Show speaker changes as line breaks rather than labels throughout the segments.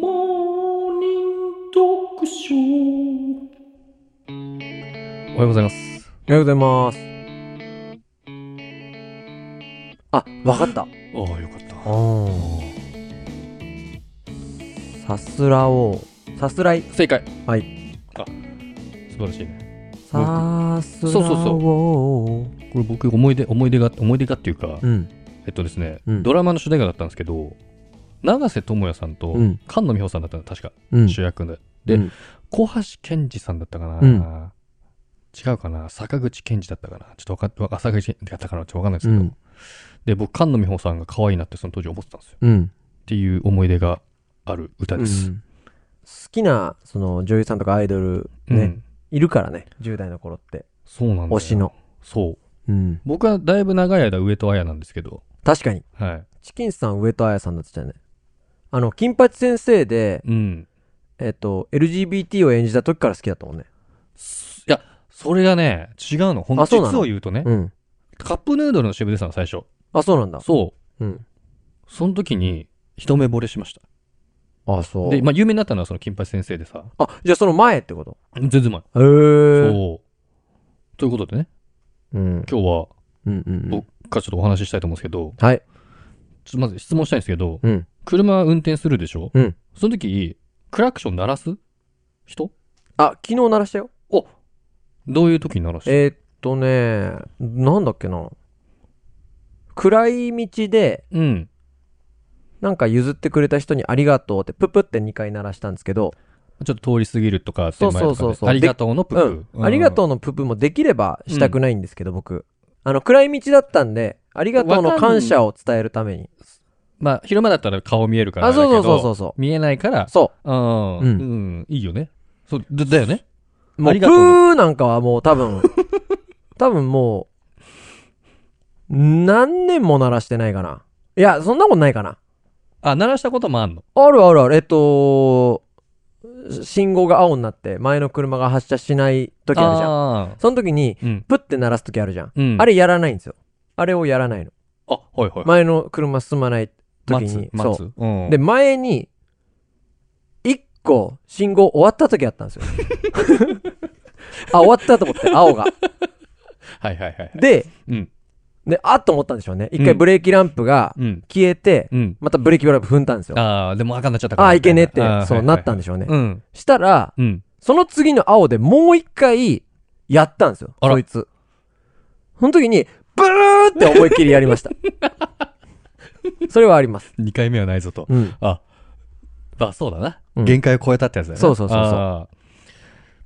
モーニング読書おはようございます
おはようございます。あ、わかった。
ああよかった
さすらを、さすらい、
正解
はい
あ素晴らしいね
さすらを。
そうそうそこれ僕思い出思い出が思い出がっていうか、
うん、
えっとですね、
うん
ドラマの主題歌だったんですけど永瀬智也さんと
うん
菅野美穂さんだったの確か、
うん。
主役でで、
うん
小橋健二さんだったかな、
うん
違うかな坂口健二だったかなちょっとわかわか坂口健二だったかなちょっとわかんないです
う
けど、
ん、
で僕菅野美穂さんが可愛いなってその当時思ってたんですよ
うん。
っていう思い出がある歌
う
です。
ん好きな、その、女優さんとかアイドル、
うん
ね、いるからね、10代の頃って。
そうなんだよ
推しの。
そう。
うん。
僕はだいぶ長い間上戸彩なんですけど、
確かに、
はい。
チキンスさん、上戸彩さんだったよね。あの、金八先生で、
うん。
えっ、と、LGBT を演じた時から好きだったもんね。
すいや、それがね、違うの。ほん
あそうな
実
の
を言うとね、
うん。
カップヌードルの渋出さん最初。
あ、そうなんだ。
そ
うん。
う。その時に、一目惚れしました。
あ、そう。
で、まあ、有名になったのはその金八先生でさ、
あ、じゃあその前ってこと
全然前。
へえ。う。
そう。ということでね、
うん。
今日は
うんうんうん。
僕からちょっとお話ししたいと思うんですけど、
はい。
ちょっとまず質問したいんですけど、
うん。
車運転するでしょ
うん。
その時、クラクション鳴らす人
あ、昨日鳴らしたよ。
おどういう時に鳴らして
えーっとね、なんだっけな。暗い道で、
うん。
なんか譲ってくれた人にありがとうって、プップって2回鳴らしたんですけど、
ちょっと通り過ぎるとか、手前とかで
そうそうそうそう
ありがとうのプップ、
うん。ありが
う
とうのプップもできればしたくないんですけど、僕。あの、暗い道だったんで、ありがとうの感謝を伝えるために。
ん。まあ、昼間だったら顔見えるから。
あ、そうそうそうそううそ
見えないから
う。、そ
うん、う
うん
ん、いいよね。そう、だだよね。
う。も
あ
う、
り
プ
がとう
ーなんかはもう多 分、多分もう、何年も鳴らしてないかな。いや、そんなことないかな。
あ、鳴らしたこともあんの。
あるあるある。えっと、信号が青になって、前の車が発車しない時あるじゃん。
あ
その時に、
ーうん。
プッて鳴らす時あるじゃん。
うん。
あ
れ
れやらないんですよ。あれをやらないの。
あ、はいはい。
前の車進まない時
待つ
に。
待
そ
つ。うん
う。で、、前に、一個信号終わった時あった んですよ。あ、終わったと思って、青が。
はいはいはいはい。
で、
うん。
で、あっと思ったんでしょうね。一回ブレーキランプが
うん。
消えて、
うん。
またブレーキランプ踏んだんですよ。
ああ、でも赤になっちゃったから。
あ、いけねえって
みたい、な
そうなったんでしょうね。
うん。
したら、
うん。
その次の青でもう一回やったんですよ、
あら
そいつ。その時に、ブルーって思いっきりや りました。それはあります。
二回目はないぞと。
うん。
あ、まあそうだな。
うん
限界を超えたってやつだよね。
そうそうそうそう
あ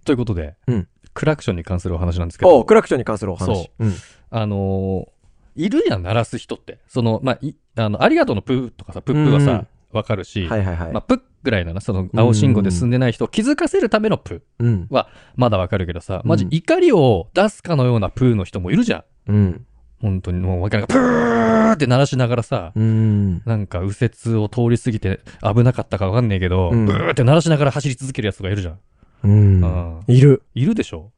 ーということで、
うん
クラクションに関するお話なんですけ
おう
ど、
クラクションに関するお話。。
そう
ん。
あのーいるやん、鳴らす人って。その、まあ、いあの、ありがとうのプーとかさ、プップは
うんう
さ
ん、
わかるし、
はいはいはい。
まあ、プッぐらいなら、その、青信号で進んでない人を気づかせるためのプー
うん。
は、まだわかるけどさ、マジ
うん
怒りを出すかのようなプーの人もいるじゃん。
うん。
本当にもうわけない。プーって鳴らしながらさ、
うん。
なんか右折を通り過ぎて危なかったかわかんねえけど、
うん
ブーって鳴らしながら走り続けるやつとかいるじゃん。
うん。いる。
いるでしょ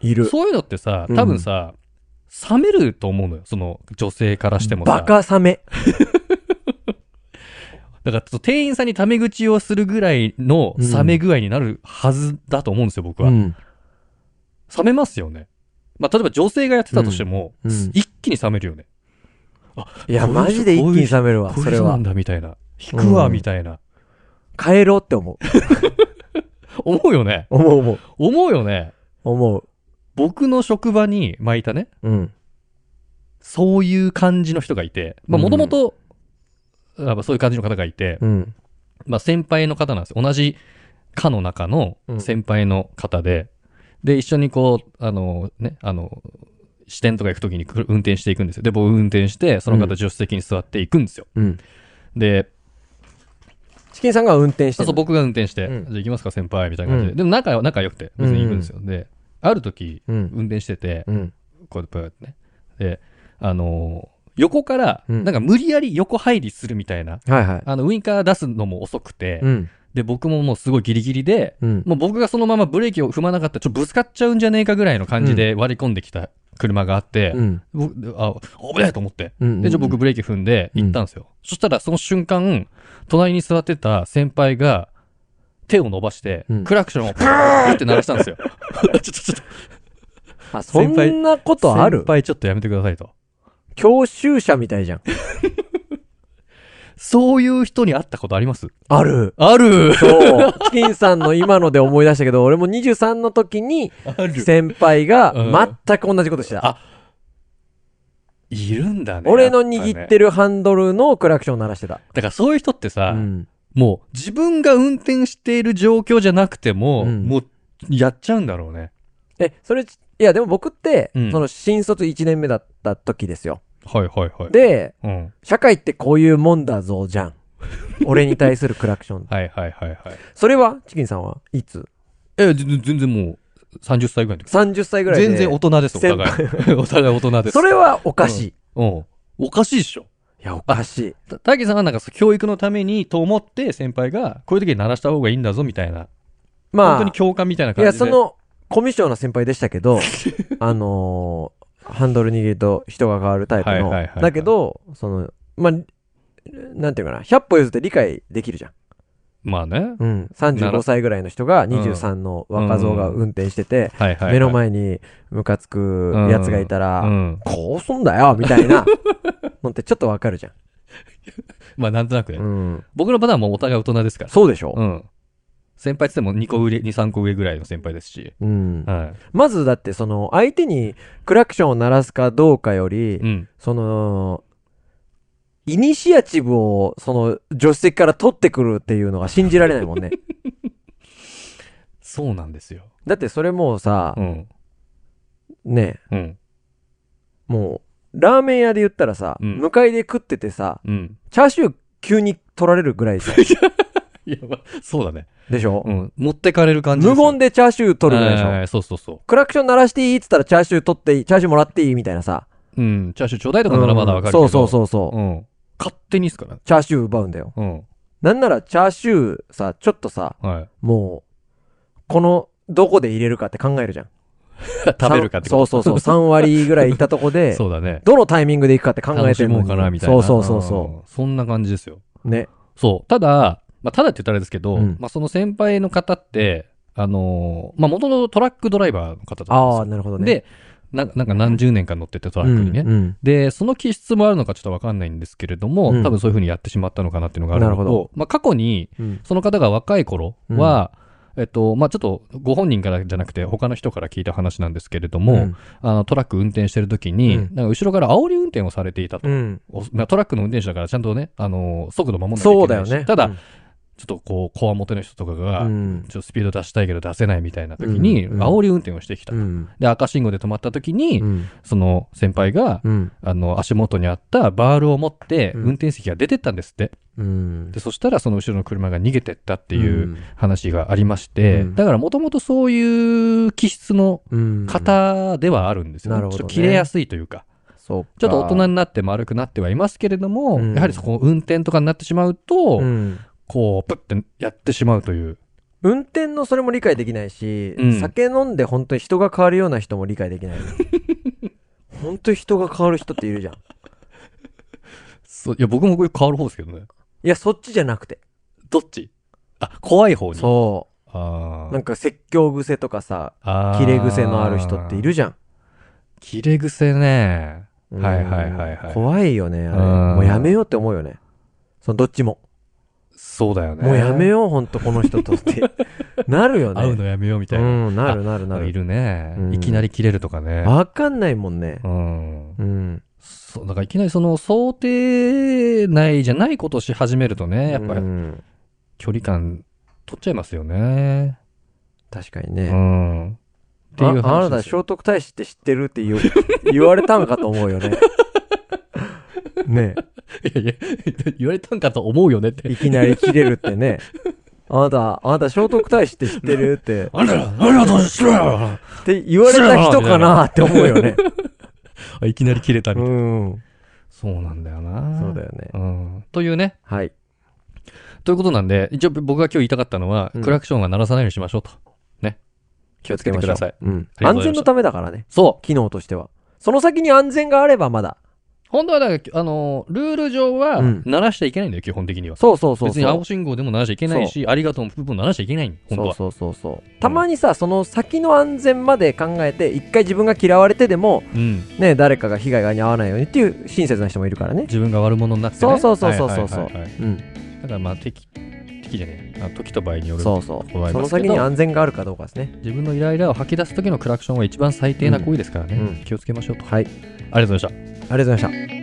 いる。
そういうのってさ、多分さ、冷めると思うのよ。その女性からしてもさ。
バカサメ。
だからそう店員さんにタメ口をするぐらいの
うん
冷め具合になるはずだと思うんですよ、僕
う
は。
ん。
冷めますよね。まあ、例えば女性がやってたとしても、
うんうん
一気に冷めるよね。
いや、マジで一気に冷めるわ、
こ
そ
れ
れ
な
は
ん。だ、みたいな。引くわ、
うん
みたいな。
帰ろうって思う。
思うよね。
思う思う。
思うよね。
思う。
僕の職場に巻いたね、
うん。
そういう感じの人がいて、まあ、
うん
もともと、あまあそういう感じの方がいて、
うん。
まあ、先輩の方なんですよ。同じ課の中の
うん
先輩の方で、で、一緒にこう、あの、ね、あの、支店とか行くときにくる運転していくんですよ。で、僕運転して、その方
うん
助手席に座っていくんですよ。
うん。
で、
チキンさんが運転して
あ
る
そう、僕が運転して、
うん
じゃあ行きますか、先輩、みたいな感じで。
うん
でも仲は、仲良くて、別に行くんですよ。で、ある時、
うん。
運転してて、
うん。
こうやってブーってね。で、あのー横から、
うん
なんか無理やり横入りするみたいな、
はいはい。
あの、ウインカー出すのも遅くて、
うん。
で、僕ももうすごいギリギリで、
うん。
もう僕がそのままブレーキを踏まなかったら、ちょっとぶつかっちゃうんじゃねえかぐらいの感じで割り込んできた車があって、
うん。
僕、あ、危ないと思って。
うん。
で、じゃあ僕ブレーキ踏んで行ったんですよ。そしたらその瞬間、隣に座ってた先輩が手を伸ばして、
うん
クラクションをプーって鳴らした んですよ。 ちょっとちょっと。
あ、そんなことある
先輩ちょっとやめてくださいと。
教習者みたいじゃん。
そういう人に会ったことあります
ある。
ある
そう。チキンさんの今ので思い出したけど、俺も23の時に、
ある
先輩が
うん
全く同じことした。
あいるんだね。
俺の
や
握
ぱ
っ
ね。
てるハンドルのクラクションを鳴らしてた。
だからそういう人ってさ、
うん。
もう自分が運転している状況じゃなくても、
うん
もうやっちゃうんだろうね。
え、それ、いや、でも僕って、
うん
その新卒1年目だった時ですよ。
はいはいはい。
で、
うん。
社会ってこういうもんだぞ、じゃん。俺に対するクラクショ ン。
はいはいはいはい。
それは、チキンさんはいつ
え、全全然もう30歳ぐらいの時
?30 歳ぐらいで。
全然大人です、お互 い。お互い大人です。
それはおかしい。い
うん。おかしいでしょ。
や、おかしい。
た大樹さんはなんかそう教育のためにと思って先輩がこういう時に鳴らした方がいいんだぞみたいな。
まあ、
本当に共感みたいな感じ
いや、
で。
その、コミュ障な先輩でした けど、あのーハンドル握ると人が変わるタイプ
はい
の。
はいはいはい
だけど、その、まあ、なんていうかな、100歩譲って理解できるじゃん。
まあね。
うん。
なる
35歳ぐらいの人が
ん
23の若造が運転してて、
はいはい、はい。
目の前にムカつくやつがいたら、
うん。
こうすんだ よみたいなのってちょっとわかるじゃ
まあなんとなくね。
ん。うん。
僕のパターンはもうお互い大人ですから。
そうでしょ
うん。先輩っつっても2個上、2、3個上ぐらいの先輩ですし。
うん。
は
まずだってその相手にクラクションを鳴らすかどうかより
い。、うん。
その、イニシアチブを、その、助手席から取ってくるっていうのが信じられない もんね。
そうなんですよ。
だってそれもうさ
う、ん。
ね、
うん。
もう、ラーメン屋で言ったらさ、
うん
向かいで食っててさ、
うん。
チャーシュー急に取られるぐらいじゃ ん
いや、まあ、そうだね。
でしょ、
うん。持ってかれる感じ
無言
で
でチャーシュー
すよ
取るぐらいでし
はいはい
ょ
はいそうそうそ
クラクション鳴らしていいっつったらチャーシュー取っていい、チャーシューもらっていいみたいなさ。
う。うん。チャーシューちょうだいとかならまだわかるけど。
うんそうそうそうそう、
うん。勝手にっすからね。
チャーシュー奪うんだよ。
うん。
なんならチャーシューさ、ちょっとさ、
はい。
もう、この、どこで入れるかって考えるじゃん。
食べるかって
そうそうそう。3 割ぐらいいったとこ
う
で、
そうだね。
どのタイミングで行くかって考
楽
えて
し
るの
も
に
うかな、みたいな。
そうそうそうそ
ん。そんな感じですよ。
う。ね。
そう。ただ、まあ、ただって言ったらあれですけど、
うん
まあ、その先輩の方って、あのーまあ、元のトラックドライバーの方だったんです
あ
よ
あ、。なるほどね。
で、ななんか何十年間乗っててトラ
う
ッ
ん、
クにね。
うん
で、その気質もあるのかちょっとわかんないんですけれども、
うん
多分そういうふうにやってしまったのかなっていうのがあるの
なるほ
と、まあ、過去に、
うん
その方が若い頃は、えっと、まあ、ちょっとご本人からじゃなくて他の人から聞いた話なんですけれども、
うん
あのトラック運転してる時に、
うん
なんか後ろから煽り運転をされていたと。
うん。
おまあトラックの運転手だからちゃんとね、あのー速度守んなきゃい
そう
け
だ
な
よ
いし、
ね。
ただ、
うん
ちょっとこう、こわもての人とかが、
うん
ちょっとスピード出したいけど出せないみたいな時に、
うんうん
煽り運転をしてきた。
うん。
で、赤信号で止まった時に、
うん。
その先輩が、
うん。
あの、足元にあったバールを持って、
うん
運転席が出てったんですって。
うん。
で、そしたらその後ろの車が逃げてったっていううん話がありまして、
うん
だからもともとそういう気質の
うん。
方ではあるんですよ、
なるほどね
ちょっと切れやすいというか。
そうか
ちょっと大人になって丸くなってはいますけれども、
うん
やはりそこ運転とかになってしまうと、
うん
こう、プッてやってしまうという。
運転のそれも理解できないし、
うん
酒飲んで本当に人が変わるような人も理解で きない。本当に人が変わる人っているじゃん。い
そういや、僕もこれ変わる方ですけどね。
や、そっちじゃなくて。
どっちあ、怖い方に。
そ
あ
う。
ー
なんか説教癖とかさ、
あー
切れ癖のある人っているじゃん。
切れ癖ね。
うん
はいはいはいはい
怖いよね、あれ。
うん
もうやめようって思うよね。そのどっちも。
そうだよね。
もうやめ
よ
よう、ほんと、この人 とって。なるよね。
会うのやめようみたいうな。
ん、なるなるな
あい
る。
るね、
うん
いきなり切れるとかね。
わかんないもんね
う。ん。
うん。
そう、だからいきなりその想定内じゃないことをし始めるとね、やっぱ
う
り
ん
距離感取っちゃいますよね。
確かに
う
ね。
ん。って
あ
いう
あ
話
なた、
です
聖
よ。
徳太子って知ってるって言う 言われたんかと思う よね。ね
いやいや、 言われたんかと思うよねって。
いきなり切れるってね。あなた、あなた聖徳太子って知ってるって、
あら、あら、どうしろよ
って言われた人かなって思う よね。
あいきなり切れたみたいな
うん。
そうなんだよな。
そうだよね。
うん。というね。
はい。
ということなんで、一応僕が今日言いたかったのは、
うん
クラクションは鳴らさないようにしましょうと。ね。気をつけてください。
うん。
ありがとう
安
ございま
全
した
のためだからね。
そ
機能としては。
う。
その先に安全があればまだ。
本当はだから、あの、ルール上は
うん、
鳴らしちゃいけないんだよ、基本的には。
そうそうそう
別
そう。
に青信号でも鳴らしちゃいけないし、ありがとうの部分も鳴らしちゃいけない本当
そう
は。
そうそうそう。たまにさ、その先の安全まで考えて、一回自分が嫌われてでも、
うん。
ね、誰かが被害に遭わないようにっていう親切な人もいるからね。
自分が悪者になってね。
そうそうそうそうそうそう
はいはいはいはい
うん、
だからまあ、敵、敵じゃねえ。あ時と場合による。
そうそう。そ
ここはありま
の
すけど
先に安全があるかどうかですね。
自分のイライラを吐き出す時のクラクションは一番最低な行為ですからね。
うんうん
気をつけましょうと。
はい。
ありがとうございました。
ありがとうございました。